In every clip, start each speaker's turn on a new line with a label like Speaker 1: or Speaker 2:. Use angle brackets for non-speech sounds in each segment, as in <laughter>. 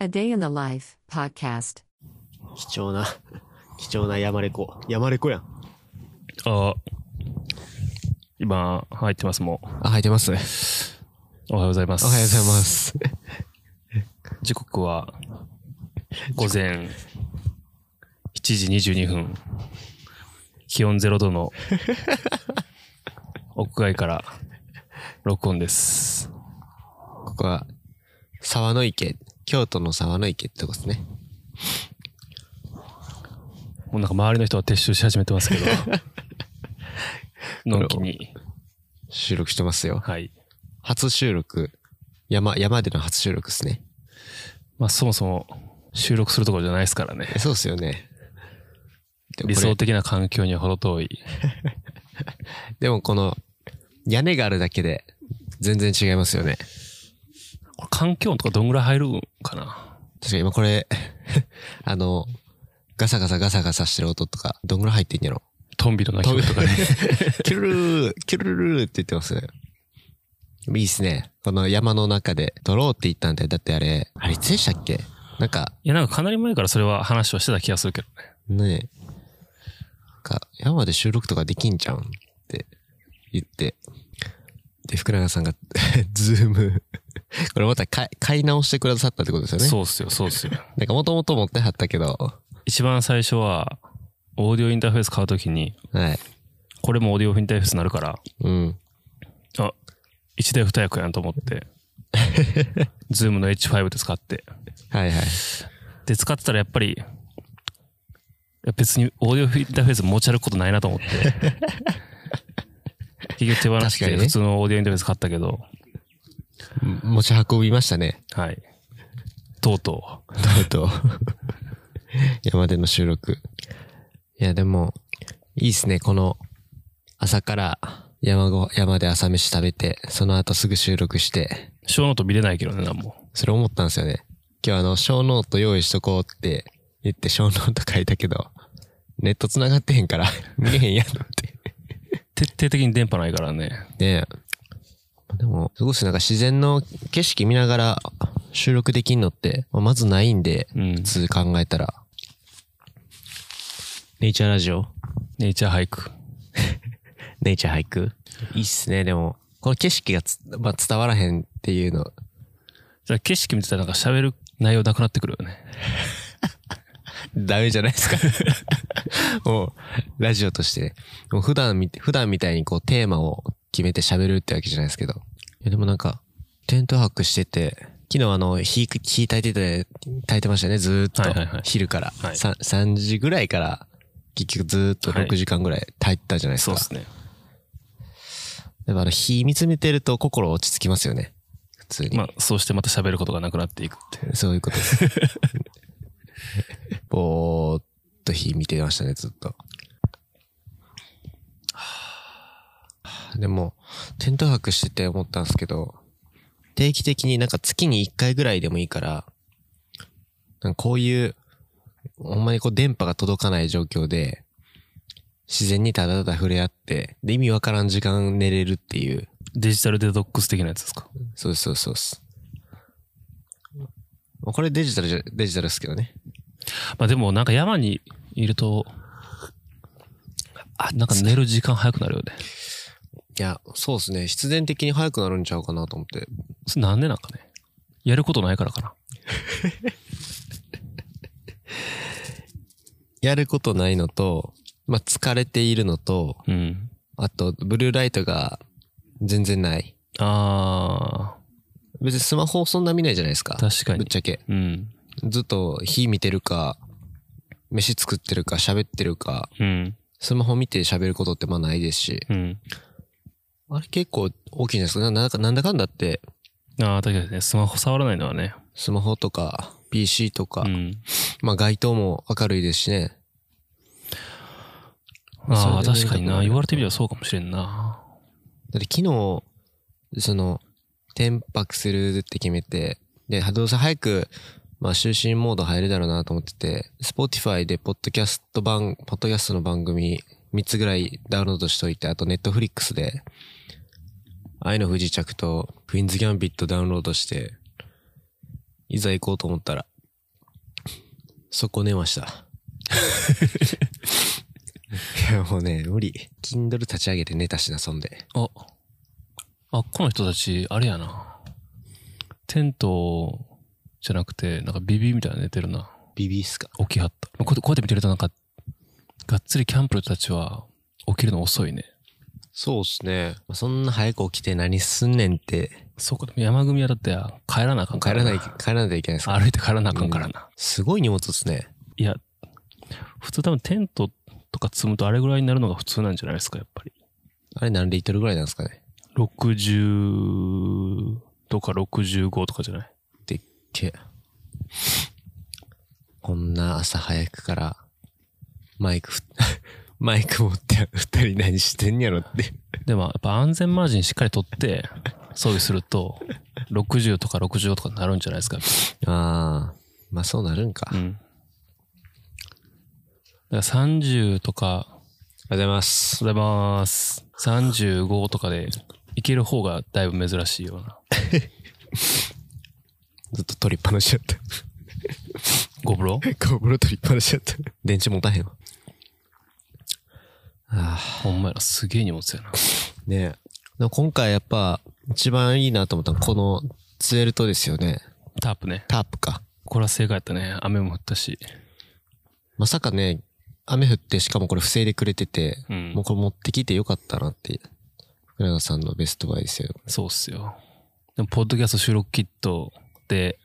Speaker 1: A Day in the Life podcast.
Speaker 2: 貴重な、貴重な山レコ。山レコやん。
Speaker 3: あ今、入ってますも
Speaker 4: あ、入ってます。おはよ
Speaker 3: ん。おはようございます。
Speaker 4: うございます。
Speaker 3: <laughs> 時刻は、午前7時22分。気温0度の、
Speaker 4: <laughs>
Speaker 3: 屋外から、録音です。
Speaker 4: ここは、沢の池、京都の沢の池ってとこですね。
Speaker 3: もうなんか周りの人は撤収し始め
Speaker 4: <laughs>
Speaker 3: てますけど、のんきに。
Speaker 4: 収録してますよ。
Speaker 3: はい。
Speaker 4: 初収録、山、山での初収録ですね。
Speaker 3: まあそもそも、収録するところじゃないですからね
Speaker 4: え。そうっすよね。でもこれ
Speaker 3: 理想的な環境には程遠い。
Speaker 4: でもこの、屋根があるだけで、全然違いますよね。
Speaker 3: これ環境音とかどんぐらい入るんかな
Speaker 4: 確かに今これ、 <laughs> あの、ガサガサガサガサしてる音とか、どんぐらい入ってんやろ。
Speaker 3: トンビの鳴き声とかね。 <laughs>
Speaker 4: キュルルー、キュルルルーって言ってます。いいっすね。この山の中で撮ろうって言ったんだよ。だってあれ、あれいつでしたっけなんか、
Speaker 3: いや、なんかかなり前からそれは話はしてた気がするけどね。
Speaker 4: ねえ、なんか山で収録とかできんじゃんって言って、で、福永さんが、 <laughs> ズーム、これまた買い買い直してくださったってことですよね。
Speaker 3: そうっすよ、そうっすよ。
Speaker 4: なんかもともと持ってはったけど、
Speaker 3: 一番最初は、オーディオインターフェース買うときに、
Speaker 4: はい。
Speaker 3: これもオーディオインターフェースになるから、
Speaker 4: うん。
Speaker 3: あ、一台二役やんと
Speaker 4: <laughs>
Speaker 3: 思って、ズームの H5 で使って。
Speaker 4: はいはい。
Speaker 3: で、使ってたらやっぱり、いや別にオーディオインターフェース持ち歩くことないなと思って。
Speaker 4: <laughs>
Speaker 3: 結局手放し
Speaker 4: 確かにね
Speaker 3: て普通のオーディオインターフェース買ったけど、
Speaker 4: 持ち運びましたね。
Speaker 3: はい。とうとう。
Speaker 4: とうとう。山での収録。いや、でも、いいっすね。この、朝から山ご、山で朝飯食べて、その後すぐ収録して、
Speaker 3: ショーノート見れないけどね、なんも。
Speaker 4: それ思ったんですよね。今日あの、小ノート用意しとこうって言って小ノート書いたけど、ネット繋がってへんから、見えへんやんって。
Speaker 3: 徹底的に電波ないからね。
Speaker 4: ねえ。でも、すごいっすなんか自然の景色見ながら収録できんのって、まあまずないんで、
Speaker 3: うん
Speaker 4: 普通考えたら。ネイチャーラジオ
Speaker 3: ネイチャー俳句。
Speaker 4: ネイチャー俳句いいっすね、でも。この景色がつ、まあ、伝わらへんっていうの。
Speaker 3: じゃあ景色見てたらなんか喋る内容なくなってくるよね。
Speaker 4: ダメじゃない
Speaker 3: <laughs>
Speaker 4: ですか。もう、ラジオとしてね。もう普段み、普段みたいにこうテーマを決めて喋るってわけじゃないですけど。いやでもなんか、テント泊してて、昨日あの、火、火焚いてて、焚いてましたね、ずーっと。
Speaker 3: はいはいはい
Speaker 4: 昼から、
Speaker 3: はい
Speaker 4: さん 3, 時ぐらいから、結局ずーっと
Speaker 3: はい
Speaker 4: 6時間ぐらい焚いてたじゃないですか。
Speaker 3: ね。
Speaker 4: でもあの、火見つめてると心落ち着きますよね。普通に。
Speaker 3: まあ、そうしてまた喋ることがなくなっていくって。
Speaker 4: そういうことです。ぼーっと火見てましたね、ずっと。でも、テント泊してて思ったんですけど、定期的になんか月に1回ぐらいでもいいから、なんかこういう、ほんまにこう電波が届かない状況で、自然にただただ触れ合って、で意味わからん時間寝れるっていう、
Speaker 3: デジタルデトックス的なやつですか。
Speaker 4: そうですそうですそうです。まあこれデジタルじゃ、デジタルですけどね。
Speaker 3: まあでもなんか山にいると、あ、なんか寝る時間早くなるよね。
Speaker 4: いや、そうですね。必然的に早くなるんちゃうかなと思って。
Speaker 3: それなんでなんかね。やることないからかな。
Speaker 4: やることないのと、まあ、疲れているのと、
Speaker 3: うん。
Speaker 4: あと、ブルーライトが全然ない。
Speaker 3: あ
Speaker 4: 別にスマホそんな見ないじゃないですか。
Speaker 3: ー、確か
Speaker 4: ぶ
Speaker 3: に
Speaker 4: っ。ちゃけ。
Speaker 3: うん。
Speaker 4: ずっと火見てるか、飯作ってるか、喋ってるか、
Speaker 3: うん。
Speaker 4: スマホ見て喋ることってまあないですし。
Speaker 3: うん。
Speaker 4: あれ結構大きいんじゃないですか。ななんだかなんだかんだって、
Speaker 3: あー、確かにね、スマホ触らないのはね。
Speaker 4: スマホとか、PC とか、
Speaker 3: うん。
Speaker 4: まあ街灯も明るいですしね。
Speaker 3: あー、
Speaker 4: それで
Speaker 3: 確かに
Speaker 4: どういうとこ
Speaker 3: な。言われてみればそうかもしれんな。
Speaker 4: だって昨日、その、天泊するって決めて、で、どうせ早く、まあ、就寝モード入るだろうなと思ってて、Spotify でポッドキャスト番、ポッドキャストの番組3つぐらいダウンロードしといて、あと Netflix で、愛の不時着とクイーンズギャンビットダウンロードして、いざ行こうと思ったら、そこ寝ました。いや、もうね、無理。Kindle 立ち上げて寝たしな、そんで。
Speaker 3: あ、あ、この人たち、あれやな。テントじゃなくて、なんかビビみたいなの寝てるな。
Speaker 4: ビビっすか
Speaker 3: 起きはった。まあこうやってこうやって見てるとなんか、がっつりキャンプの人たちは起きるの遅いね。
Speaker 4: そうっすね。そんな早く起きて何すんねんって、
Speaker 3: そうか、でも山組はだって帰らなあかんか
Speaker 4: 帰
Speaker 3: ら
Speaker 4: ら
Speaker 3: な。
Speaker 4: ない、帰らないといけないですから
Speaker 3: 歩いて帰らなあかんからな。
Speaker 4: すごい荷物っすね。
Speaker 3: いや、普通多分テントとか積むとあれぐらいになるのが普通なんじゃないですか、やっぱり。
Speaker 4: あれ何リットルぐらいなんですかね。
Speaker 3: 60とか65とかじゃない
Speaker 4: でっけえ。こんな朝早くから、マイクふ、 <laughs> マイク持って二人何してんやろって。
Speaker 3: でもやっぱ安全マージンしっかり取って装備すると60とか65とかになるんじゃないですか。
Speaker 4: ああ、まあそうなるんか。あ
Speaker 3: う
Speaker 4: りが
Speaker 3: ん。だから30とか、
Speaker 4: とうございます。
Speaker 3: ございます。35とかでいける方がだいぶ珍しいような。
Speaker 4: ずっと取りっぱなしだった。 <laughs>
Speaker 3: ごブロ
Speaker 4: ゴブロ取りっぱなしだった。電池持たへんわ。ああ、
Speaker 3: ほんまやな、すげえ荷物やな。
Speaker 4: ねえ。でも今回やっぱ一番いいなと思ったのはこのツエルトですよね。
Speaker 3: タープね。
Speaker 4: タープか。
Speaker 3: これは正解やったね。雨も降ったし。
Speaker 4: まさかね、雨降ってしかもこれ防いでくれてて、
Speaker 3: うん
Speaker 4: もうこれ持ってきてよかったなって、福永さんのベストバイですよ。
Speaker 3: そうっすよ。でも、ポッドキャスト収録キットで、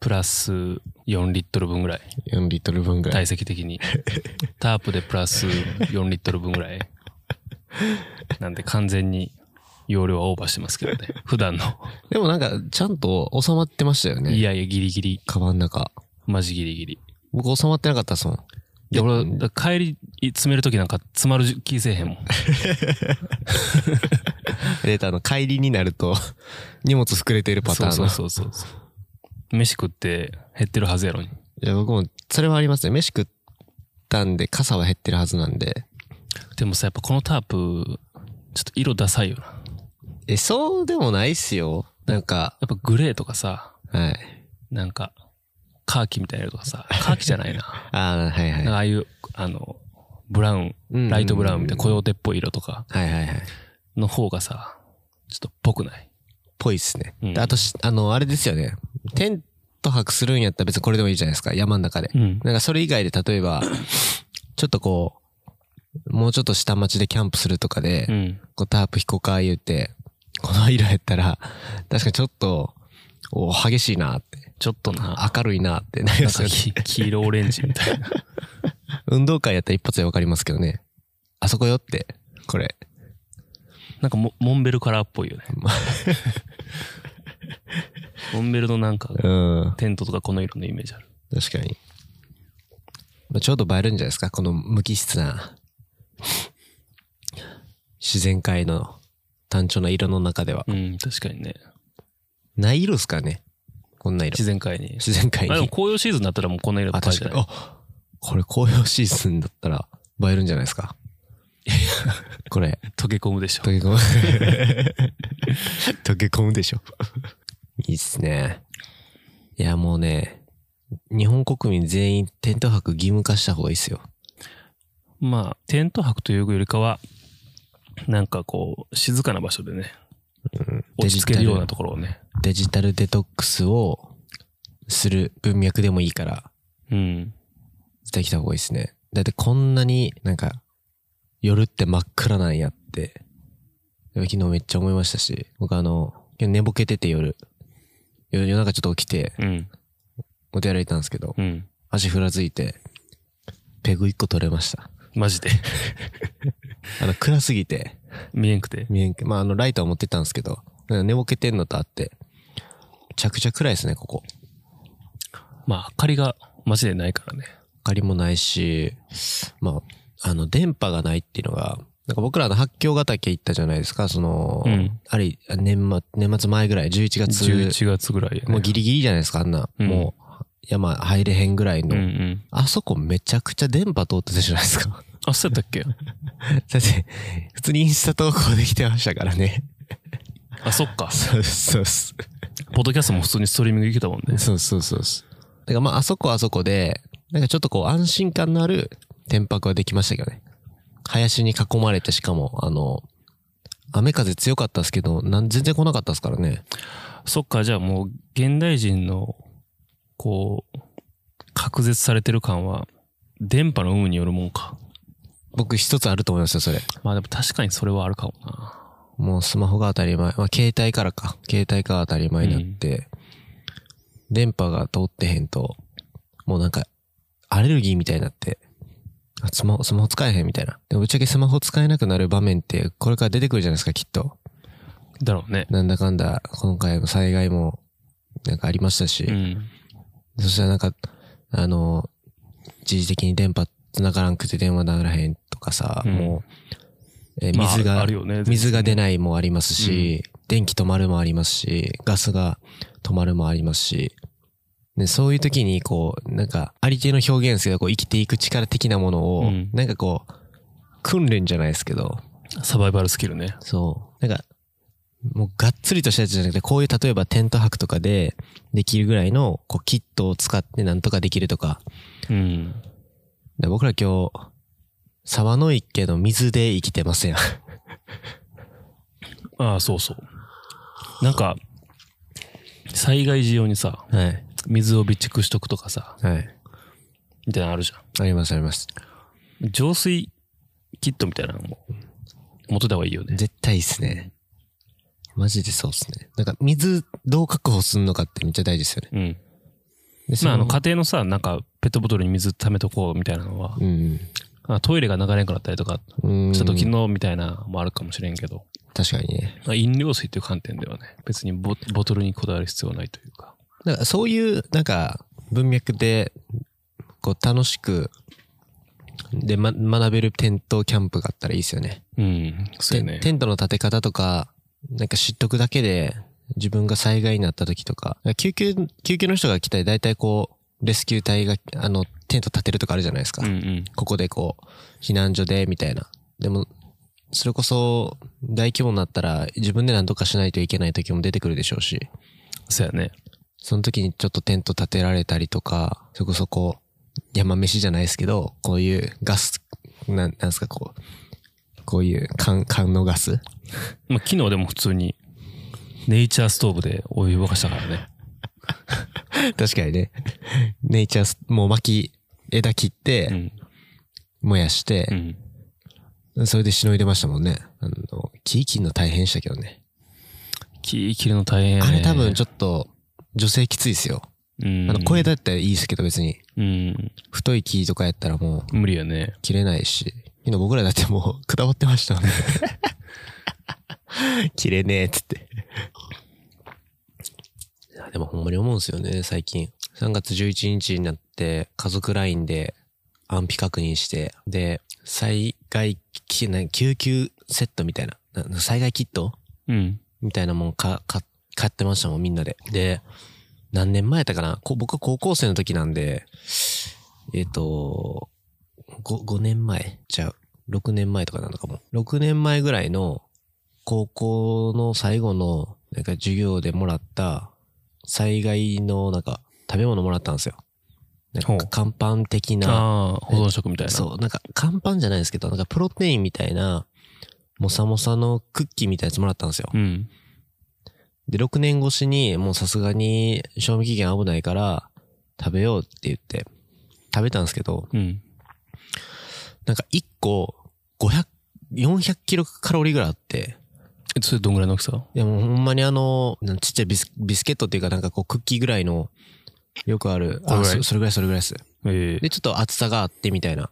Speaker 3: プラス4リットル分ぐらい。
Speaker 4: 4リットル分ぐらい。
Speaker 3: 体積
Speaker 4: <laughs>
Speaker 3: 的に。タープでプラス4リットル分ぐらい。なんで完全に容量はオーバーしてますけどね。普段の。
Speaker 4: でもなんか、ちゃんと収まってましたよね。
Speaker 3: いやいや、ギリギリ。
Speaker 4: カバンの中。
Speaker 3: マジギリギリ。
Speaker 4: 僕収まってなかったっすもん。
Speaker 3: で、俺、だから帰り詰めるときなんか詰まる気せえへんもん。
Speaker 4: で、あの、帰りになると、 <laughs> 荷物膨れてるパターンの。
Speaker 3: そうそうそうそう。飯食って減ってるはずやろに。
Speaker 4: いや、僕も、それはありますね。飯食ったんで、傘は減ってるはずなんで。
Speaker 3: でもさ、やっぱこのタープ、ちょっと色ダサいよな。
Speaker 4: え、そうでもないっすよ。なんか、
Speaker 3: やっぱグレーとかさ、
Speaker 4: はい。
Speaker 3: なんか、カーキみたいなのとかさ、カーキじゃないな。
Speaker 4: ああ、はいはい。
Speaker 3: なんか
Speaker 4: は
Speaker 3: ああいう、あの、ブラウン、
Speaker 4: うん
Speaker 3: ライトブラウンみたいな、コヨーテっぽい色とか
Speaker 4: いはいはい。
Speaker 3: の方がさ、ちょっとっぽくない。
Speaker 4: ぽいっすね。
Speaker 3: うん
Speaker 4: であとし、あの、あれですよね。テント泊するんやったら別にこれでもいいじゃないですか。山の中で。
Speaker 3: うん。
Speaker 4: なんかそれ以外で例え
Speaker 3: <coughs>
Speaker 4: ば、ちょっとこう、もうちょっと下町でキャンプするとかで、
Speaker 3: うん。
Speaker 4: こうタープ引こうか言うて、この色やったら、確かにちょっと、お激しいなって、
Speaker 3: ちょっとな、
Speaker 4: 明るいなってなりま
Speaker 3: なん
Speaker 4: す
Speaker 3: か
Speaker 4: よね。
Speaker 3: き <laughs> 黄色オレンジみたいな。
Speaker 4: 運動会やったら一発でわかりますけどね。あそこよって、これ。
Speaker 3: なんかモモンベルカラーっぽい <laughs> よね。モンベルのなんか、
Speaker 4: うん、
Speaker 3: テントとかこの色のイメージある。
Speaker 4: 確かに。まあちょうど映えるんじゃないですか、この無機質な、自然界の単調な色の中では。
Speaker 3: うん、確かにね。
Speaker 4: ない色っすからね。こんな色
Speaker 3: 自。然界に。
Speaker 4: 自然界
Speaker 3: まあでも
Speaker 4: に。
Speaker 3: 紅葉シーズンになったらもうこんな色いっ
Speaker 4: あ、
Speaker 3: ぱい
Speaker 4: 確
Speaker 3: じゃ
Speaker 4: かに。
Speaker 3: ない
Speaker 4: あ、これ紅葉シーズンだったら映えるんじゃないですか。これ、
Speaker 3: 溶け込むでしょ
Speaker 4: 溶。け込
Speaker 3: <laughs>
Speaker 4: む。溶け込むでしょ。いいっすね。いや、もうね、日本国民全員テント泊義務化した方がいいっすよ。
Speaker 3: まあ、テント泊というよりかは、なんかこう、静かな場所でね、落ち着けるようなところをね。
Speaker 4: デジタルデトックスをする文脈でもいいから、
Speaker 3: うん。
Speaker 4: 絶対来た方がいいですね。だってこんなになんか、夜って真っ暗なんやって、昨日めっちゃ思いましたし、僕あの、今日寝ぼけてて夜、夜夜中ちょっと起きて、
Speaker 3: うん。
Speaker 4: お手洗い行ったんですけど、
Speaker 3: うん。
Speaker 4: 足ふらついて、ペグ一個取れました。
Speaker 3: マジで。 <laughs>
Speaker 4: あの、暗すぎて、
Speaker 3: 見えんくて。
Speaker 4: 見えんけまああの、ライトは持ってったんですけど、なんか寝ぼけてんのとあって、めちゃくちゃ暗いですね、ここ。
Speaker 3: まあ、明かりがマジでないからね。
Speaker 4: 明かりもないし、まあ、あの、電波がないっていうのが、なんか僕らの八京ヶ岳行ったじゃないですか、その、
Speaker 3: うん
Speaker 4: あれ、年末、年末前ぐらい、11月、
Speaker 3: 11月ぐらいやね。
Speaker 4: もうギリギリじゃないですか、あんな、
Speaker 3: うん
Speaker 4: もう、山入れへんぐらいの、
Speaker 3: うんうん。
Speaker 4: あそこめちゃくちゃ電波通ってたじゃないですか。 <laughs>
Speaker 3: あ、そうやったっけ
Speaker 4: だって、普通にインスタ投稿できてましたからね。
Speaker 3: <laughs> あ、そっか。
Speaker 4: そうそうそう。
Speaker 3: ポッドキャストも普通にストリーミングいけたもんね。
Speaker 4: そうそうそうそう。だからまあ、あそこはあそこで、なんかちょっとこう安心感のある天白はできましたけどね。林に囲まれてしかも、あの、雨風強かったですけど、なん全然来なかったですからね。
Speaker 3: そっか、じゃあもう、現代人の、こう、隔絶されてる感は、電波の有無によるもんか。
Speaker 4: 僕一つあると思いますよ、それ。
Speaker 3: まあでも確かにそれはあるかもな。
Speaker 4: もうスマホが当たり前。まあ、携帯からか。携帯が当たり前になって、電波が通ってへんと、もうなんか、アレルギーみたいになって、あスマホ、スマホ使えへんみたいな。でもぶっちゃけスマホ使えなくなる場面って、これから出てくるじゃないですか、きっと。
Speaker 3: だろうね。
Speaker 4: なんだかんだ、今回の災害も、なんかありましたし、
Speaker 3: うん。
Speaker 4: そしたらなんか、あの、一時的に電波繋がらんくて電話ならへんとかさ、
Speaker 3: うん
Speaker 4: もう、えー
Speaker 3: まあ
Speaker 4: 水が、
Speaker 3: あるよね
Speaker 4: 水が出ないもありますし、電気止まるもありますし、ガスが止まるもありますし、ね、そういう時にこう、なんか、あり手の表現ですけど、こう生きていく力的なものを、
Speaker 3: うん
Speaker 4: なんかこう、訓練じゃないですけど、
Speaker 3: サバイバルスキルね。
Speaker 4: そう。なんか、もうがっつりとしたやつじゃなくて、こういう例えばテント泊とかでできるぐらいの、こう、キットを使ってなんとかできるとか。
Speaker 3: うん。
Speaker 4: で僕ら今日、沢の池の水で生きてません。
Speaker 3: <laughs> ああ、そうそう。なんか、災害時用にさ、
Speaker 4: はい。
Speaker 3: 水を備蓄しとくとかさ、
Speaker 4: はい。
Speaker 3: みたいなのあるじゃ
Speaker 4: ありますあります。
Speaker 3: ん。浄水キットみたいなのも、持ってた方がいいよね。
Speaker 4: 絶対いいっすね。マジでそうっすね。なんか水どう確保すんのかってめっちゃ大事ですよね。
Speaker 3: うん。
Speaker 4: で
Speaker 3: まあ、あの、
Speaker 4: そ
Speaker 3: 家庭のさ、なんか、ペットボトルに水溜めとこうみたいなのは、
Speaker 4: うん。
Speaker 3: あトイレが流れんくなったりとか
Speaker 4: うん。
Speaker 3: した時のみたいなのもあるかもしれんけど、
Speaker 4: 確かにね。
Speaker 3: まあ飲料水っていう観点ではね、別にボボトルにこだわる必要はないというか。
Speaker 4: なんかそういう、なんか、文脈で、こう、楽しく、で、ま、学べるテントキャンプがあったらいいですよね。
Speaker 3: うん、そうよね
Speaker 4: テ。テントの立て方とか、なんか知っとくだけで、自分が災害になった時とか、救急、救急の人が来たり、大体こう、レスキュー隊が、あの、テント立てるとかあるじゃないですか。
Speaker 3: うんうん。
Speaker 4: ここでこう、避難所で、みたいな。でも、それこそ、大規模になったら、自分で何とかしないといけない時も出てくるでしょうし。
Speaker 3: そうやね。
Speaker 4: その時にちょっとテント立てられたりとか、それこそこう、山飯じゃないですけど、こういうガス、なん、なんすか、こう、こういう缶、缶のガス <laughs>
Speaker 3: まあ、昨日でも普通に、ネイチャーストーブでお湯沸かしたからね。
Speaker 4: 確かにね。ネイチャース、もう巻き、枝切っ
Speaker 3: う
Speaker 4: て、
Speaker 3: ん。
Speaker 4: 燃やし
Speaker 3: う
Speaker 4: て、
Speaker 3: ん。
Speaker 4: それでしのいでましたもんね。あの、木切るの大変でしたけどね。
Speaker 3: 木切るの大変や
Speaker 4: あ
Speaker 3: ね。
Speaker 4: れ多分ちょっと、女性きついですよ。
Speaker 3: うん、
Speaker 4: あの、小枝だったらいいですけど別に、
Speaker 3: うん。
Speaker 4: 太い木とかやったらもう、
Speaker 3: 無理やね。
Speaker 4: 切れないし、昨日僕らだってもう、く <laughs> たばってましたもんね。切れねえっつって。いや、でもほんまに思うんですよね、最近。3月11日になって、家族 LINE で安否確認して、で、災害き、な救急セットみたいな、なな災害キット
Speaker 3: うん。
Speaker 4: みたいなもんか、か、買ってましたもん、みんなで。で、何年前やったかなこ僕は高校生の時なんで、えっ、と、5、5年前じゃあ、6年前とかなのかも。6年前ぐらいの、高校の最後の、なんか授業でもらった、災害の、なんか、食べ物もらったんですよ。な
Speaker 3: ほ
Speaker 4: ん
Speaker 3: う
Speaker 4: か、乾パン的な。
Speaker 3: ああ、保存食みたいな。
Speaker 4: そう、なんか、乾パンじゃないですけど、なんか、プロテインみたいな、もさもさのクッキーみたいなやつもらったんですよ。
Speaker 3: うん。
Speaker 4: で、6年越しに、もうさすがに賞味期限危ないから、食べようって言って、食べたんですけど、
Speaker 3: うん。
Speaker 4: なんか1個、500、400キロカロリーぐらいあって、
Speaker 3: えそれどんぐらいの大きさ
Speaker 4: いやもうほんまにあの、なんちっちゃいビスビスケットっていうかなんかこうクッキーぐらいの、よくある、
Speaker 3: これ
Speaker 4: あ、
Speaker 3: ぐらい
Speaker 4: そそれぐらいそれぐらいです。
Speaker 3: ええ
Speaker 4: で、ちょっと厚さがあってみたいな。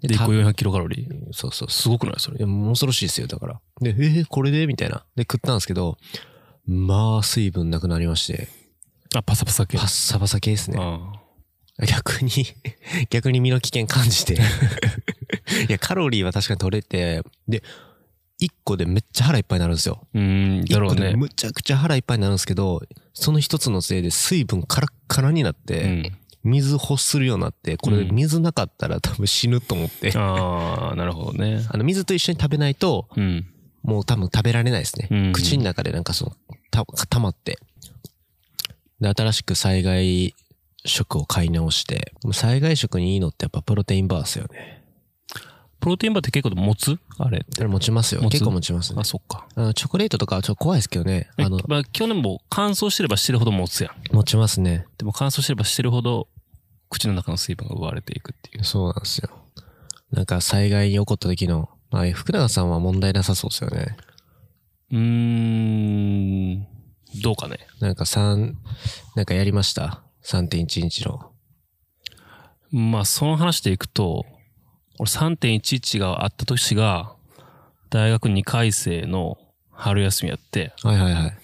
Speaker 3: で、1
Speaker 4: た
Speaker 3: 個400キロカロリー。
Speaker 4: そうそうそう。
Speaker 3: すごくないそれ
Speaker 4: い。や、もう恐ろしいですよ、だから。で、えー、これでみたいな。で、食ったんですけど、まあ、水分なくなりまして、
Speaker 3: あ、パサパサ系。
Speaker 4: パッサパサ系ですね。
Speaker 3: ああ
Speaker 4: <laughs> 逆に、逆に身の危険感じて。 <laughs> いや、カロリーは確かに取れて、で、1個でめっちゃ腹いっぱいになるんですよ。
Speaker 3: うーん、だ
Speaker 4: 1
Speaker 3: ろ
Speaker 4: 個
Speaker 3: う
Speaker 4: で
Speaker 3: ね。
Speaker 4: むちゃくちゃ腹いっぱいになるんですけど、その一つのせいで水分カラッカラになっ
Speaker 3: う
Speaker 4: て、
Speaker 3: ん。
Speaker 4: 水欲するようになって、これ
Speaker 3: うん
Speaker 4: 水なかったら多分死ぬと思って、
Speaker 3: ああ、なるほどね。
Speaker 4: あの、水と一緒に食べないと、
Speaker 3: うん。
Speaker 4: もう多分食べられないですね。
Speaker 3: うんうん
Speaker 4: 口の中でなんかその、た、溜まって。で、新しく災害食を買い直して、災害食にいいのってやっぱプロテインバーですよね。
Speaker 3: プロテインバーって結構持つあれ。
Speaker 4: あれ持ちますよ。
Speaker 3: 持つ
Speaker 4: 結構持ちますね
Speaker 3: あ、。そっか。
Speaker 4: あの、チョコレートとかはちょっと怖いですけどね。あの、
Speaker 3: まあ、去年も乾燥してればしてるほど持つやん。
Speaker 4: 持ちますね。
Speaker 3: でも乾燥してればしてるほど、口の中の水分が奪われていくっていう。
Speaker 4: そうなんですよ。なんか災害に起こった時の、まあ、福永さんは問題なさそうですよね。
Speaker 3: うーん、どうかね。
Speaker 4: なんか3、なんかやりました。3.11の。
Speaker 3: まあ、その話でいくと、俺3.11があった年が、大学2回生の春休みやって、
Speaker 4: はいはいはい。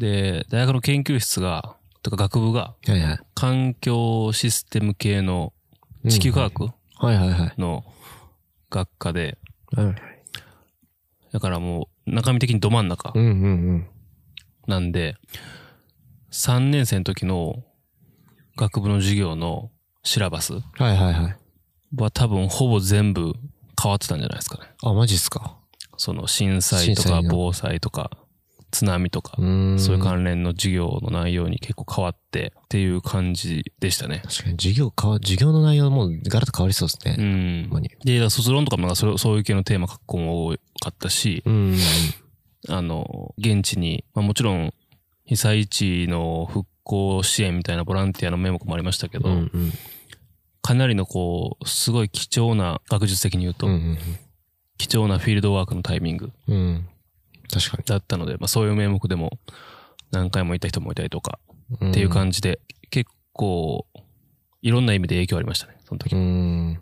Speaker 3: で、大学の研究室が、とか学部が、
Speaker 4: はいはい。
Speaker 3: 環境システム系の地球科学
Speaker 4: はいはいはい。
Speaker 3: の学科で、
Speaker 4: うん
Speaker 3: だからもう中身的にど真ん中
Speaker 4: うんうん
Speaker 3: なんで、3年生の時の学部の授業のシラバス
Speaker 4: うん。はいはいはい。
Speaker 3: は多分ほぼ全部変わってたんじゃないですかね。
Speaker 4: あ、マジっすか。
Speaker 3: その震
Speaker 4: 震
Speaker 3: 災とか
Speaker 4: 災の
Speaker 3: 防災とか津波とか
Speaker 4: う、ーん。
Speaker 3: そういう関連の授業の内容に結構変わってっていう感じでしたね。
Speaker 4: 確かに授業変わ、授業の内容もガラッと変わりそうです
Speaker 3: う
Speaker 4: ね。
Speaker 3: ん
Speaker 4: ほんまに。
Speaker 3: で、だから卒論とかもなんかそれそういう系のテーマ書く子も多かったし、
Speaker 4: うん。
Speaker 3: あの、現地に、まあ、もちろん被災地の復興支援みたいなボランティアの名目もありましたけど、
Speaker 4: うんうん。うん
Speaker 3: かなりのこう、すごい貴重な、学術的に言うと、
Speaker 4: うん
Speaker 3: 貴重なフィールドワークのタイミング
Speaker 4: うん。うん。確か
Speaker 3: だったので、まあ、そういう名目でも何回も行った人もいたりとか
Speaker 4: に。
Speaker 3: っていう感じで、結構、いろんな意味で影響ありましたね、その時。
Speaker 4: うーん。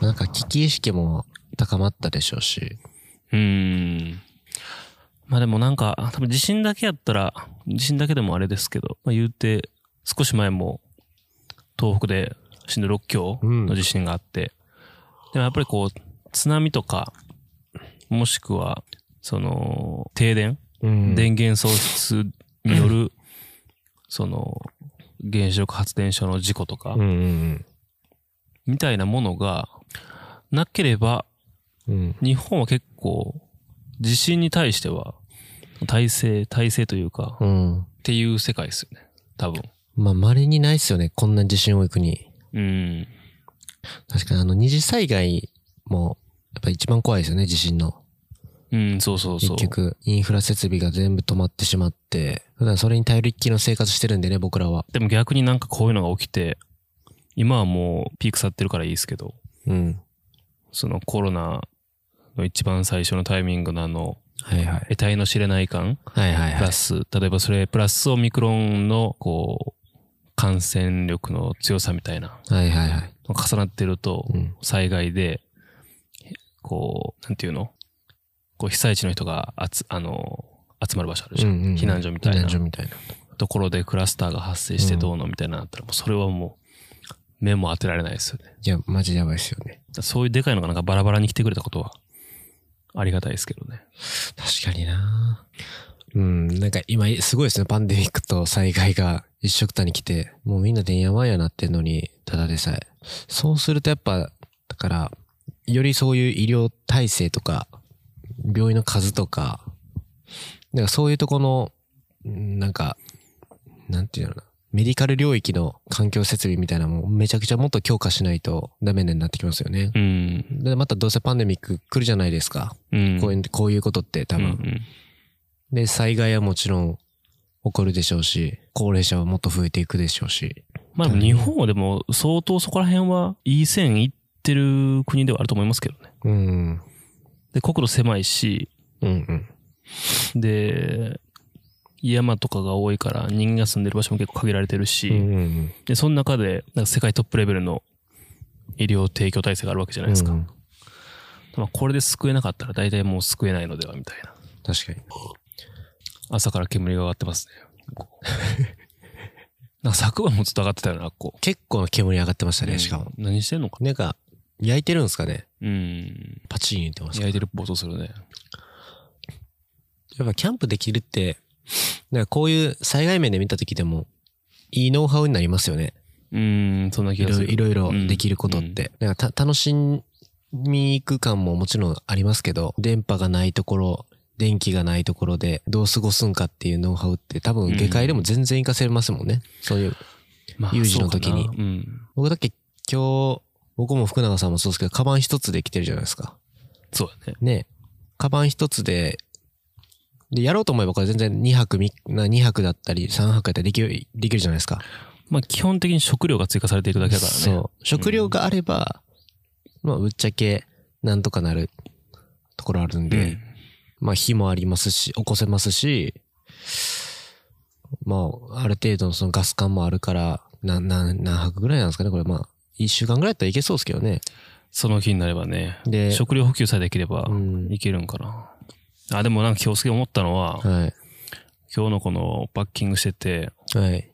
Speaker 4: なんか危機意識も高まったでしょうし。
Speaker 3: うーん。まあでもなんか、多分地震だけやったら、地震だけでもあれですけど、まあ言うて、少し前も、東北で震度6強の地震があって、でもやっぱりこう、津波とか、もしくは、その、停電、
Speaker 4: うん
Speaker 3: 電源喪失による、その、原子力発電所の事故とか、
Speaker 4: うんうん
Speaker 3: みたいなものが、なければ、
Speaker 4: うん。うん。
Speaker 3: 日本は結構地震に対しては体制体制というか、っ
Speaker 4: うん。
Speaker 3: ていう世界ですよね多分
Speaker 4: まあ、稀にないっすよね。こんな地震多い国。
Speaker 3: うん
Speaker 4: 確かにあの、二次災害も、やっぱ一番怖いですよね、地震の。
Speaker 3: うんそうそう
Speaker 4: 結
Speaker 3: そう
Speaker 4: 局、インフラ設備が全部止まってしまって、普段それに頼りっきりの生活してるんでね、僕らは。
Speaker 3: でも逆になんかこういうのが起きて今はもうピーク去ってるからいいですけど
Speaker 4: うん。
Speaker 3: そのコロナの一番最初のタイミングのあの
Speaker 4: はいはい。
Speaker 3: 得体の知れない感
Speaker 4: はいはい
Speaker 3: プ
Speaker 4: はい
Speaker 3: ラ。ス例えばそれプラスオミクロンのこう感染力の強さみたいな
Speaker 4: はいはいはい。
Speaker 3: 重なってると、
Speaker 4: うん。
Speaker 3: 災害で、こう、なんていうのこう被災地の人があつあの集まる場所あるじゃん,、
Speaker 4: うんうんうん
Speaker 3: 避難所みたい
Speaker 4: 避
Speaker 3: な
Speaker 4: 難所みたいな。
Speaker 3: ところでクラスターが発生してどうのみたいなのあったら、もうそれはもう目も当てられないですよね。だか
Speaker 4: いや、マジやばいっすよね。
Speaker 3: らそういうでかいのがなんかバラバラに来てくれたことはありがたいですけどね。
Speaker 4: 確かになうん、なんか今すごいですね。パンデミックと災害が一緒くたに来て、もうみんなでんやわんやなってんのに、ただでさえ。そうするとやっぱ、だから、よりそういう医療体制とか、病院の数とか、なんかそういうとこの、うんなんか、なんていうのかな。メディカル領域の環境設備みたいなのもめちゃくちゃもっと強化しないとダメになってきますよね。
Speaker 3: うん。
Speaker 4: で、またどうせパンデミック来るじゃないですか。
Speaker 3: うん。
Speaker 4: こういう、こういうことって多分。
Speaker 3: うん
Speaker 4: で、災害はもちろん起こるでしょうし、高齢者はもっと増えていくでしょうし。
Speaker 3: まあでも日本はでも相当そこら辺はいい線いってる国ではあると思いますけどね。
Speaker 4: うん。
Speaker 3: で、国土狭いし、
Speaker 4: うんうん。
Speaker 3: で、山とかが多いから人間が住んでる場所も結構限られてるし、
Speaker 4: うんうん。
Speaker 3: で、その中でなんか世界トップレベルの医療提供体制があるわけじゃないですか。
Speaker 4: うん
Speaker 3: まあこれで救えなかったら大体もう救えないのではみたいな。
Speaker 4: 確かに。
Speaker 3: 朝から煙が上がってますね。こうなんか昨晩もずっと上がってたよな、こう。
Speaker 4: 結構煙上がってましたね、しかも。
Speaker 3: うん何してんのか
Speaker 4: なんか、焼いてるんですかね
Speaker 3: うん。
Speaker 4: パチン言ってますけど
Speaker 3: 焼いてる暴走するね。
Speaker 4: やっぱキャンプできるって、なんかこういう災害面で見た時でも、いいノウハウになりますよね。
Speaker 3: うん、そんない気が
Speaker 4: ろ
Speaker 3: す
Speaker 4: い
Speaker 3: る。
Speaker 4: ろいろできることって。なんかた楽しん見に行く感ももちろんありますけど、電波がないところ、電気がないところでどう過ごすんかっていうノウハウって多分下界でも全然活かせますもんね。そういう。
Speaker 3: ま
Speaker 4: 有事の時に
Speaker 3: そうかなうん。
Speaker 4: 僕だっけ今日、僕も福永さんもそうですけど、カバン一つで来てるじゃないですか。
Speaker 3: そうだね。
Speaker 4: ね、カバン一つで、で、やろうと思えばこれ全然2泊み、な2泊だったり3泊だったりできる、できるじゃないですか。
Speaker 3: まあ基本的に食料が追加されていくだけだからね。
Speaker 4: そう。食料があれば、まあ、ぶっちゃけ、なんとかなるところあるんで、
Speaker 3: うん
Speaker 4: まあ、火もありますし、起こせますし、まあ、ある程度のそのガス管もあるから、な、な、何泊ぐらいなんですかね、これ。まあ、一週間ぐらいだったらいけそうですけどね。
Speaker 3: その気になればね。
Speaker 4: で
Speaker 3: 食料補給さえできれば
Speaker 4: うん
Speaker 3: いけるんかな。あ、でもなんか今日すげえ思ったのは、
Speaker 4: はい。
Speaker 3: 今日のこのパッキングしてて、
Speaker 4: はい。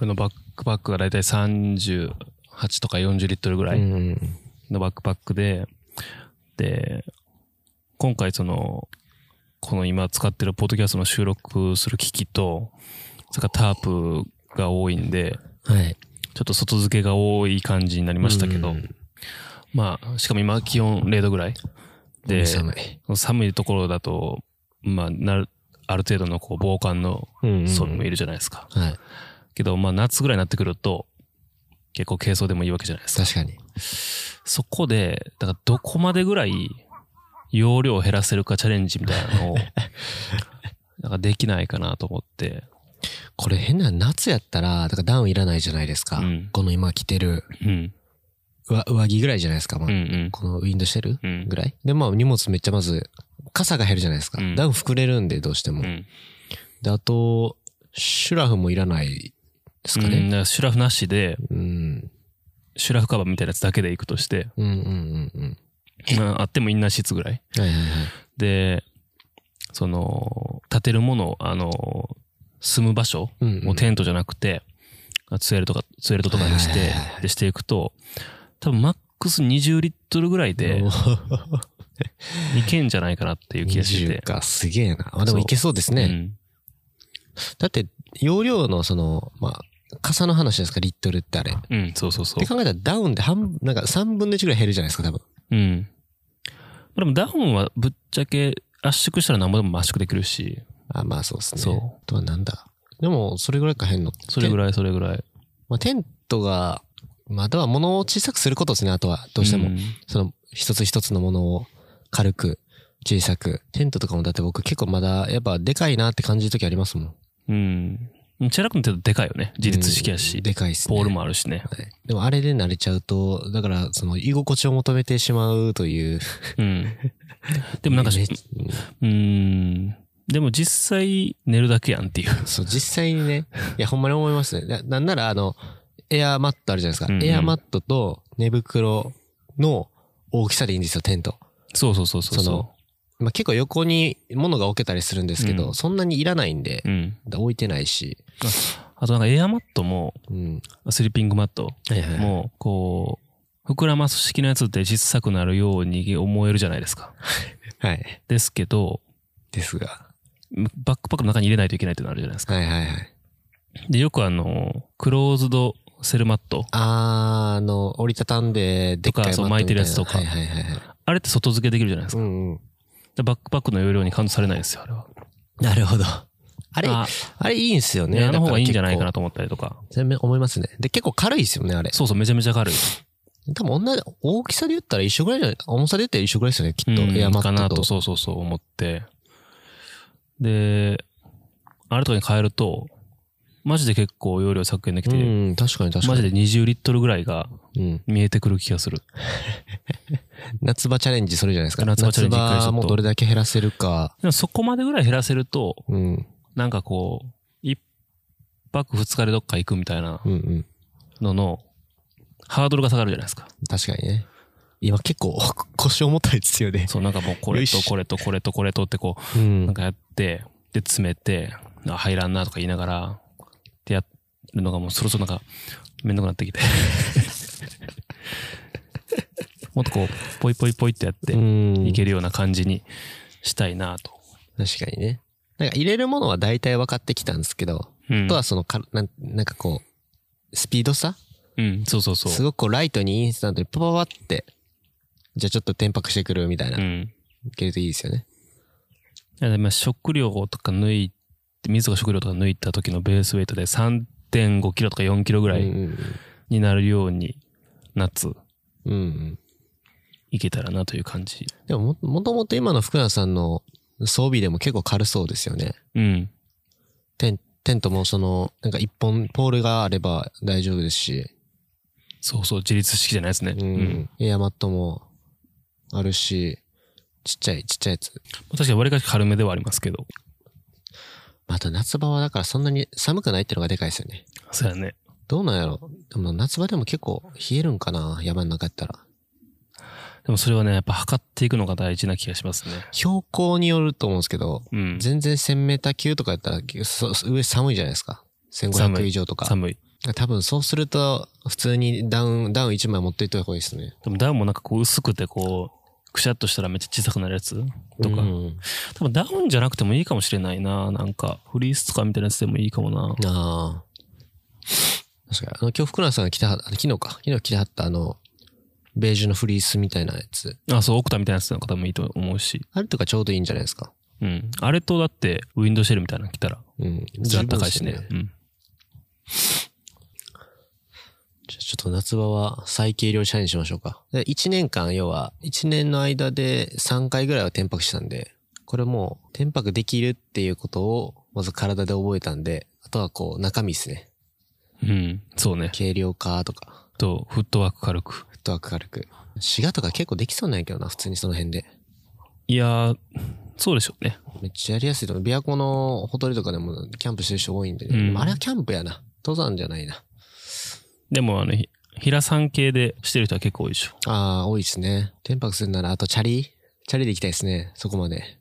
Speaker 3: 俺のバックパックがだいたい38とか40リットルぐら
Speaker 4: う
Speaker 3: い
Speaker 4: ん。
Speaker 3: のバックパックで、で、今回その、この今使ってるポッドキャストの収録する機器と、それからタープが多いんで、
Speaker 4: はい。
Speaker 3: ちょっと外付けが多い感じになりましたけど、まあ、しかも今気温0度ぐらいで、
Speaker 4: 寒い。
Speaker 3: 寒いところだと、まあ、なる、ある程度のこう防寒の
Speaker 4: うんうんうん
Speaker 3: 装備もいるじゃないですか。
Speaker 4: はい。
Speaker 3: けど、まあ夏ぐらいになってくると、結構軽装でもいいわけじゃないですか。
Speaker 4: 確かに。
Speaker 3: そこで、だからどこまでぐらい容量を減らせるかチャレンジみたいな
Speaker 4: <laughs>
Speaker 3: のを、なんかできないかなと思って。
Speaker 4: これ変な、夏やったら、だからダウンいらないじゃないですか。
Speaker 3: うん
Speaker 4: この今着てる、
Speaker 3: うん。
Speaker 4: 上上着ぐらいじゃないですか。ま
Speaker 3: う
Speaker 4: あ
Speaker 3: んうん。
Speaker 4: このウィンドシェル
Speaker 3: うん
Speaker 4: ぐらい。で、まあ荷物めっちゃまず、傘が減るじゃないですか。
Speaker 3: うん
Speaker 4: ダウン膨れるんで、どうしても。
Speaker 3: うん。
Speaker 4: で、あと、シュラフもいらないですか
Speaker 3: うん
Speaker 4: ね。
Speaker 3: だからシュラフなしで、
Speaker 4: うん。
Speaker 3: シュラフカバーみたいなやつだけで行くとして、
Speaker 4: うんうんうんうん。
Speaker 3: まああってもインナーシーツぐらい。
Speaker 4: はいはいはい。
Speaker 3: で、その、建てるものを、あの、住む場所
Speaker 4: うんうん
Speaker 3: をテントじゃなくて、ツエルとか、ツエルトとかにし
Speaker 4: はい
Speaker 3: て
Speaker 4: はいはいは、
Speaker 3: でしていくと、多分マックス20リットルぐらいで <laughs>
Speaker 4: おー
Speaker 3: いけんじゃないかなっていう気がして
Speaker 4: 20
Speaker 3: て。
Speaker 4: か、すげえな。あ、でも
Speaker 3: そう
Speaker 4: いけそうです
Speaker 3: う
Speaker 4: ね。
Speaker 3: ん
Speaker 4: だって、容量のその、まあ、傘の話ですか、リットルってあれ。っ
Speaker 3: うん、そうそうそう
Speaker 4: て。考えたらダウンで半、なんか3分の1ぐらい減るじゃないですか、多分。
Speaker 3: うん。でもダウンはぶっちゃけ圧縮したら何ぼでも圧縮できるし、
Speaker 4: あ、まあそうですね。
Speaker 3: そう
Speaker 4: あとはなんだ。でも、それぐらいか減んの。
Speaker 3: それぐらいそれぐらい。
Speaker 4: まあ、テントが、まあ、あとは物を小さくすることですね、あとは。どうしても。
Speaker 3: ん
Speaker 4: その、一つ一つのものを軽く、小さく。テントとかもだって僕結構まだ、やっぱでかいなって感じる時ありますもん。
Speaker 3: うん。チェラクの程度でかいよね。自立式や
Speaker 4: うん
Speaker 3: し。
Speaker 4: でかいっすね。
Speaker 3: ポールもあるしね。
Speaker 4: はい。でもあれで慣れちゃうと、だから、その、居心地を求めてしまうという。
Speaker 3: うん。でもなんかし、
Speaker 4: め
Speaker 3: うーん。でも実際寝るだけやんっていう。
Speaker 4: そう、実際にね、いや、ほんまに思いますね。ななんなら、あの、エアーマットあるじゃないですか。
Speaker 3: うんうん
Speaker 4: エアーマットと寝袋の大きさでいいんですよ、テント。
Speaker 3: そうそうそうそう。
Speaker 4: そのまあ、結構横に物が置けたりするんですけど、
Speaker 3: うん
Speaker 4: そんなにいらないんで、
Speaker 3: うん。
Speaker 4: 置いてないし。
Speaker 3: あとなんかエアマットも、
Speaker 4: うん。
Speaker 3: スリーピングマット
Speaker 4: はいはいはい。
Speaker 3: も、こう、膨らます式のやつって小さくなるように思えるじゃないですか。
Speaker 4: はい。
Speaker 3: ですけど、
Speaker 4: ですが。
Speaker 3: バックパックの中に入れないといけないってなるじゃないですか。
Speaker 4: はいはいはい。
Speaker 3: で、よくあの、クローズドセルマット。
Speaker 4: あー、あの、折りたたんで、でっかい
Speaker 3: とかそう
Speaker 4: マッ
Speaker 3: 巻
Speaker 4: トみたない
Speaker 3: てるやつとか
Speaker 4: はいはいはいはい。
Speaker 3: あれって外付けできるじゃないです
Speaker 4: う
Speaker 3: か。
Speaker 4: んうん。
Speaker 3: でバックパックの容量にカウントされないですよ、あれは。
Speaker 4: なるほど。あれ、あ
Speaker 3: あ
Speaker 4: れいいんすよね。
Speaker 3: ね、あの方がいいんじゃない
Speaker 4: だ
Speaker 3: かな
Speaker 4: ら
Speaker 3: と思ったりとか。
Speaker 4: 結構。全然思いますね。で、結構軽いですよね、あれ。
Speaker 3: そうそう、めちゃめちゃ軽い。
Speaker 4: 多分同じ、大きさで言ったら一緒ぐらいじゃない、重さで言ったら一緒ぐらいですよね、き
Speaker 3: う
Speaker 4: っと。
Speaker 3: ん
Speaker 4: エアマットと。
Speaker 3: かなと、そうそうそう思って。で、あれとかに変えると、マジで結構容量削減できて、
Speaker 4: うん、確かに確か
Speaker 3: マ
Speaker 4: に。
Speaker 3: ジで20リットルぐらいが
Speaker 4: うん。
Speaker 3: 見えてくる気がする。
Speaker 4: 夏場チャレンジそれじゃないですか。
Speaker 3: 夏場チャレンジ一回ちょっと
Speaker 4: 夏場もどれだけ減らせるか。
Speaker 3: でもそこまでぐらい減らせると、
Speaker 4: うん。
Speaker 3: なんかこう、一泊二日でどっか行くみたいな
Speaker 4: うんうん。
Speaker 3: のの、ハードルが下がるじゃないですか。
Speaker 4: 確かにね。今結構 <laughs> 腰重たいですよね。
Speaker 3: そう、なんかもうこれ
Speaker 4: よ
Speaker 3: と
Speaker 4: し
Speaker 3: これとこれとこれとってこ
Speaker 4: う
Speaker 3: う、なん
Speaker 4: ん。
Speaker 3: かやって、で、詰めて、あ入らんなとか言いながら、ってやるのがもうそろそろなんか、めんどくなってき <laughs> て。もっとこう、ポイポイポイってやって、
Speaker 4: ん
Speaker 3: いけるような感じにしたいなと。
Speaker 4: 確かにね。なんか入れるものは大体分かってきたんですけど、
Speaker 3: うん
Speaker 4: あとはそのかなん、なんかこう、スピードさ
Speaker 3: うん、そうそうそう。
Speaker 4: すごくこうライトにインスタントにパパパって、じゃあちょっと転泊してくるみたいな、
Speaker 3: う
Speaker 4: い
Speaker 3: ん。
Speaker 4: けるといいですよね。
Speaker 3: いやでも食料とか抜いて、水とか食料とか抜いた時のベースウェイトで3.5キロとか4キロぐら
Speaker 4: うん
Speaker 3: い
Speaker 4: うん
Speaker 3: になるように、夏、
Speaker 4: うん。うんうん。
Speaker 3: いけたらなという感じ。
Speaker 4: でもも、もともと今の福永さんの装備でも結構軽そうですよね。
Speaker 3: うん。
Speaker 4: テンテントもその、なんか一本ポールがあれば大丈夫ですし、
Speaker 3: そうそう、自立式じゃないですね。
Speaker 4: う。ん。エアマットもあるし、ちっちゃい、ちっちゃいやつ。
Speaker 3: 確かに割りかし軽めではありますけど。
Speaker 4: また夏場はだからそんなに寒くないってのがでかいですよね。
Speaker 3: そうやね。
Speaker 4: どうなんやろでも夏場でも結構冷えるんかな山の中やったら。
Speaker 3: でもそれはね、やっぱ測っていくのが大事な気がしますね。
Speaker 4: 標高によると思うんですけど、
Speaker 3: うん。
Speaker 4: 全然1000メーター級とかやったら、そ上寒いじゃないですか。
Speaker 3: 寒
Speaker 4: 1500
Speaker 3: い
Speaker 4: 以上とか。
Speaker 3: 寒い。
Speaker 4: 多分そうすると、普通にダウン、ダウン1枚持っていった方がいいですね。
Speaker 3: でもダウンもなんかこう薄くてこう、くしゃっとしたらめっちゃ小さくなるやつとか。
Speaker 4: うん
Speaker 3: 多分ダウンじゃなくてもいいかもしれないな。なんか、フリースとかみたいなやつでもいいかもな。
Speaker 4: ああ。確かに。あの、今日福永さんが着てはった、昨日か。昨日着てはったあの、ベージュのフリースみたいなやつ。
Speaker 3: あ、そう、オクタみたいなやつの方もいいと思うし。
Speaker 4: あれとかちょうどいいんじゃないですか。
Speaker 3: うん。あれとだって、ウィンドシェルみたいなの来たら、
Speaker 4: うん。
Speaker 3: ずっと高いしね。
Speaker 4: 十分ですよ
Speaker 3: うん。
Speaker 4: じゃあちょっと夏場は最軽量車にしましょうか。で、1年間、要は、1年の間で3回ぐらいは転泊したんで、これもう、転泊できるっていうことを、まず体で覚えたんで、あとはこう、中身ですね。
Speaker 3: うん。そうね。
Speaker 4: 軽量化とか、
Speaker 3: と、フットワーク軽く。
Speaker 4: フットワーク軽く。滋賀とか結構できそうなんやけどな、普通にその辺で。
Speaker 3: いやー、そうでしょうね。
Speaker 4: めっちゃやりやすいと思う。琵琶湖のほとりとかでもキャンプしてる人多いんで、ね
Speaker 3: うん
Speaker 4: でもあれはキャンプやな。登山じゃないな。
Speaker 3: でも、あの、ひ平山系でしてる人は結構多いでしょ。
Speaker 4: ああ、多いですね。転泊するなら、あとチャリチャリで行きたいですね。そこまで。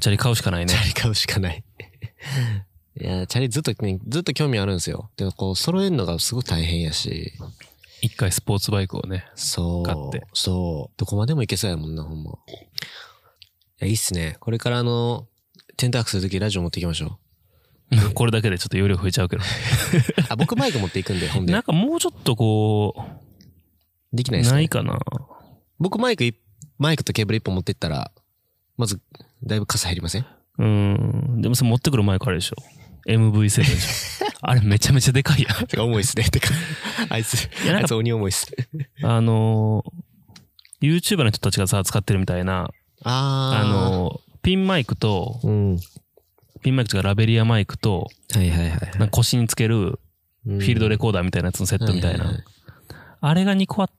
Speaker 3: チャリ買うしかないね
Speaker 4: チ。ャリ買うしかない。 <laughs> いや、チャリずっとね、ずっと興味あるんですよ。でもこう、揃えるのがすごい大変やし。
Speaker 3: 一回スポーツバイクをね。 <laughs>
Speaker 4: そう。
Speaker 3: 買って
Speaker 4: そう。どこまでも行けそうやもんな、ほんま。いや、いいっすね。これからあの、テント泊するときラジオ持っていきましょ
Speaker 3: これだけでちょっと容量増えちゃうけど。
Speaker 4: う。あ、僕バイク持っていくんで、ほんで
Speaker 3: <laughs> なん。かもうちょっとこ
Speaker 4: でき
Speaker 3: う、
Speaker 4: ないです
Speaker 3: な
Speaker 4: か
Speaker 3: いかな。
Speaker 4: 僕マイクい、マイクとケーブル一本持ってったら、まず、だいぶ傘減りません
Speaker 3: うん。でもそれ持ってくる前からでしょ。MV7 でしょ。
Speaker 4: <laughs>
Speaker 3: あれめちゃめちゃでかいやん。
Speaker 4: てか、重いっすね。て
Speaker 3: <laughs>
Speaker 4: か、あいつ、
Speaker 3: いやな
Speaker 4: あ
Speaker 3: んか
Speaker 4: いつ鬼重いっす。 <laughs>
Speaker 3: あのー、YouTuber の人たちがさ、使ってるみたいな、あ
Speaker 4: あ
Speaker 3: のー、ピンマイクと、
Speaker 4: ー、うん。
Speaker 3: ピンマイクとかラベリアマイクと、
Speaker 4: はいはいはいはい。
Speaker 3: なんか腰につける
Speaker 4: フィ
Speaker 3: フィールド
Speaker 4: レ
Speaker 3: レコーダーみたいなやつのセットみたいな。あれが2個あ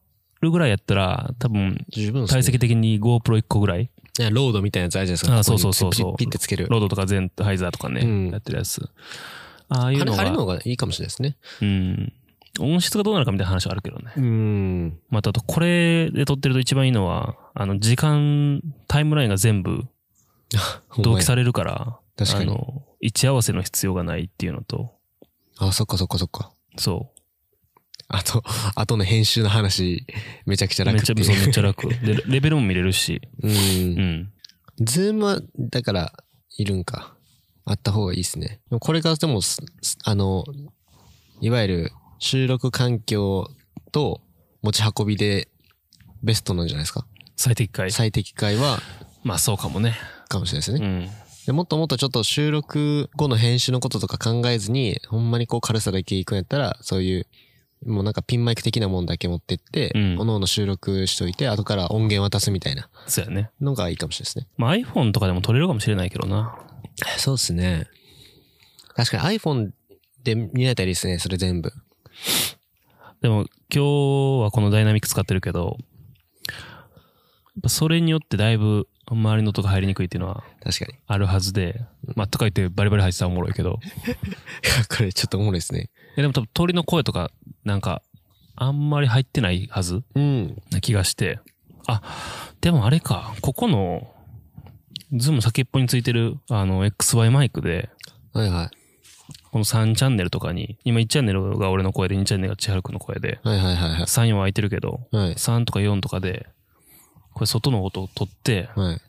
Speaker 3: るぐらいやったら、多分、
Speaker 4: 十分っすね
Speaker 3: 体積的に GoPro1 個ぐらい、
Speaker 4: いやロードみたいなやつあるじゃないですか。
Speaker 3: あー
Speaker 4: ここに
Speaker 3: そうそうそうそう
Speaker 4: ピッピッてつける。
Speaker 3: ロードとかゼンハイザーとかね、
Speaker 4: うん
Speaker 3: やってるやつ。ああいう
Speaker 4: あれ、
Speaker 3: の
Speaker 4: あれの
Speaker 3: が、
Speaker 4: 方がいいかもしれないですね。
Speaker 3: うん。音質がどうなるかみたいな話はあるけどね。
Speaker 4: うん。
Speaker 3: また、あとこれで撮ってると一番いいのは、あの、時間、タイムラインが全部同期されるから、
Speaker 4: 確かに
Speaker 3: あの、位置合わせの必要がないっていうのと、
Speaker 4: あ、そっかそっかそっか。
Speaker 3: そ
Speaker 4: あと、あとの編集の話、めちゃくちゃ
Speaker 3: う。め
Speaker 4: 楽
Speaker 3: っ
Speaker 4: って
Speaker 3: ちゃ、
Speaker 4: いう
Speaker 3: そうめっち
Speaker 4: <laughs>
Speaker 3: ゃ楽。で、レベルも見れるし、
Speaker 4: うん
Speaker 3: う。ん。
Speaker 4: ズームは、だから、いるんか。あった方がいいですね。でもこれからでもす、すあの、いわゆる収録環境と持ち運びでベストなんじゃないですか。
Speaker 3: 最適解。
Speaker 4: 最適解は、
Speaker 3: まあ、そうかもね。
Speaker 4: かもしれないです
Speaker 3: う
Speaker 4: ね、
Speaker 3: ん。
Speaker 4: で。もっともっとちょっと収録後の編集のこととか考えずに、ほんまにこう軽さだけいくんやったら、そういう、もうなんかピンマイク的なもんだけ持ってって、
Speaker 3: うん
Speaker 4: 各々収録しといて、後から音源渡すみたいな
Speaker 3: そうやね。
Speaker 4: のがいいかもしれないですね。
Speaker 3: まあ、iPhone とかでも撮れるかもしれないけどな。
Speaker 4: そうですね。確かに iPhone で見られたりですね、それ全部。
Speaker 3: でも、今日はこのダイナミック使ってるけど、やっぱそれによってだいぶ周りの音が入りにくいっていうのは
Speaker 4: 確かに。 <laughs>
Speaker 3: あるはずで、まあ、とか言ってバリバリ入ってたらおもろいけど、
Speaker 4: これちょっとおもろいですね。
Speaker 3: いやでも多分鳥の声とか、なんか、あんまり入ってないはず
Speaker 4: うん。
Speaker 3: な気がして。あ、でもあれか、ここの、ズーム先っぽについてる、あの、XY マイクで、
Speaker 4: はいは
Speaker 3: この3チャンネルとかに、今1チャンネルが俺の声で、2チャンネルが千春くんの声で、
Speaker 4: い。はいはいはいはい。
Speaker 3: 3、4は空いてるけど、
Speaker 4: はい。
Speaker 3: 3とか4とかで、これ外の音を取って、
Speaker 4: はい。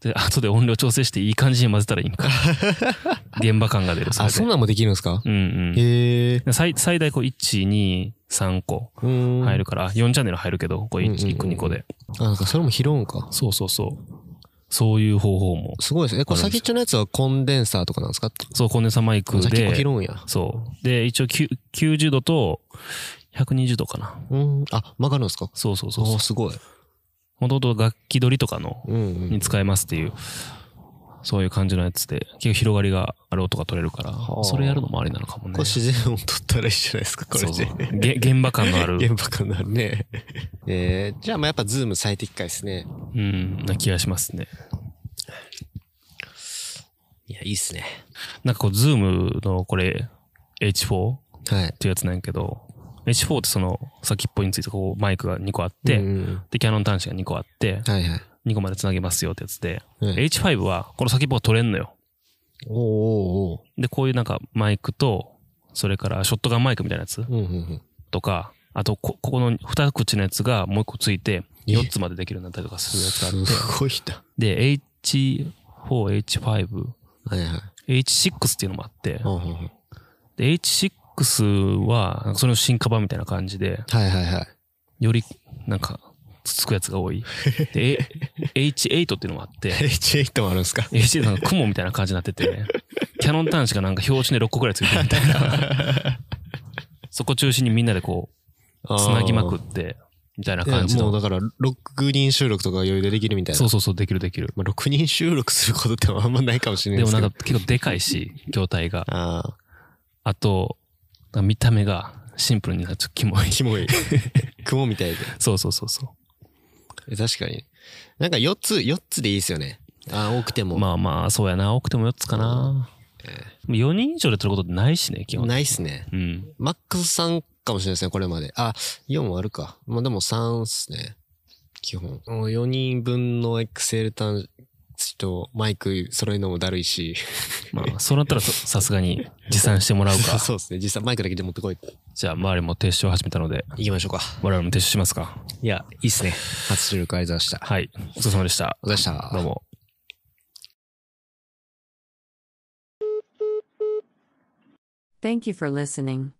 Speaker 3: で、 <laughs> 後で音量調整していい感じに混ぜたらいいん
Speaker 4: <laughs>
Speaker 3: か。現場感が出る。
Speaker 4: あ、そん
Speaker 3: な
Speaker 4: なんもできるんですか
Speaker 3: うんうん。
Speaker 4: へえ。
Speaker 3: で最最大こう1、2、3個
Speaker 4: 入
Speaker 3: 入る。から、4チャンネル入るけど、こう
Speaker 4: うんうんうん
Speaker 3: 1, 個2個で。
Speaker 4: あ、なんかそれも拾うんか。
Speaker 3: そうそうそう。そういう方法も。
Speaker 4: すごいですね。えこれ先っちょのやつはコンデンサーとかなんですか
Speaker 3: そう、コンデンサーマイク
Speaker 4: 先っこ拾
Speaker 3: で。
Speaker 4: うんや。
Speaker 3: そう。で、一応きゅ90度と120度かな。
Speaker 4: うん。あ、曲がるんですか
Speaker 3: そうそうそう
Speaker 4: お
Speaker 3: そ
Speaker 4: お
Speaker 3: う
Speaker 4: ー。すごい。
Speaker 3: もともと楽器取りとかの
Speaker 4: うんうん
Speaker 3: に。使えますっていう、そういう感じのやつで、結構広がりがある音が取れるから、
Speaker 4: あ
Speaker 3: それやるのもありなのかもね。
Speaker 4: これ自然音取ったらいいじゃないですか、これ
Speaker 3: そうそう
Speaker 4: で。
Speaker 3: げ現場感のある、
Speaker 4: 現場感なるね。 <laughs> えー、じゃあまあやっぱズーム最適解ですね。
Speaker 3: うん、な気がしますね。
Speaker 4: いや、いいっすね。
Speaker 3: なんかこう、ズームのこれ、H4 っ
Speaker 4: はい。
Speaker 3: ていうやつなんやけど、H4 ってその先っぽについてこうマイクが2個あって、
Speaker 4: うん
Speaker 3: で、キャノン端子が2個あって、
Speaker 4: はいはい。
Speaker 3: 2個までつなげますよってやつで、
Speaker 4: うん
Speaker 3: H5 はこの先っぽが取れんのよ。
Speaker 4: おーおーお
Speaker 3: で、こういうなんかマイクと、それからショットガンマイクみたいなやつ
Speaker 4: ーうんうんうん。
Speaker 3: とか、あとこ、ここの二口のやつがもう一個ついて、
Speaker 4: え
Speaker 3: 4つまでできるようになったりとかするやつがあって、
Speaker 4: すごいな。
Speaker 3: で、H4、H5、
Speaker 4: はいはい。
Speaker 3: H6 っていうのもあって、
Speaker 4: うんうんうん
Speaker 3: で H6 は、なんかそれの進化版みたいな感じで、
Speaker 4: はいはいはい。
Speaker 3: より、なんか、つつくやつが多い。で、A-
Speaker 4: <laughs>
Speaker 3: H8 っていうのもあって、
Speaker 4: H8 もあるんですか
Speaker 3: H8 なんか雲みたいな感じになってて、キャノン端子がなんか標準で6個くらいついてるみたいな。
Speaker 4: <laughs>
Speaker 3: そこ中心にみんなでこう、つなぎまくって、みたいな感じ
Speaker 4: いやもう
Speaker 3: の。
Speaker 4: だから、6人収録とか余裕でできるみたいな。
Speaker 3: そうそうそう、できるできる。
Speaker 4: まあ、6人収録することってあんまないかもしれない
Speaker 3: で
Speaker 4: で
Speaker 3: も
Speaker 4: す
Speaker 3: な
Speaker 4: け
Speaker 3: ん
Speaker 4: ど。
Speaker 3: か結構でか
Speaker 4: <laughs>
Speaker 3: いし、筐体が。
Speaker 4: ああ、
Speaker 3: あと、なんか見た目がシンプルになっちゃう。
Speaker 4: <laughs>
Speaker 3: キモい。
Speaker 4: キモい。雲みたいで。
Speaker 3: そうそうそうそ
Speaker 4: え確かに。なんか4つ、4つでいいですよね。ああ、多くて
Speaker 3: う。
Speaker 4: も。
Speaker 3: まあまあ、そうやな。多くても4つかな。4人以上で撮ることってないしね、基本。
Speaker 4: ないっすね。
Speaker 3: うん。
Speaker 4: マックス3かもしれないですね、これまで。あ、4もあるか。まあでも3っすね。基本。もう4人分の XL 端子とマイク揃えるのもだるいし。
Speaker 3: まあ、そうな
Speaker 4: <laughs>
Speaker 3: ったらそさすがに持参してもらうか。
Speaker 4: そうですね。実際マイクだけで持ってこい。
Speaker 3: じゃあ、周りも撤収を始めたので、
Speaker 4: 行きましょうか。
Speaker 3: 我々も撤収しますか。
Speaker 4: いや、いいっすね。初収録ありがとうございました。
Speaker 3: はい。お疲れ様でした。
Speaker 4: お疲れ様でした。
Speaker 3: どうも。
Speaker 1: Thank you for listening.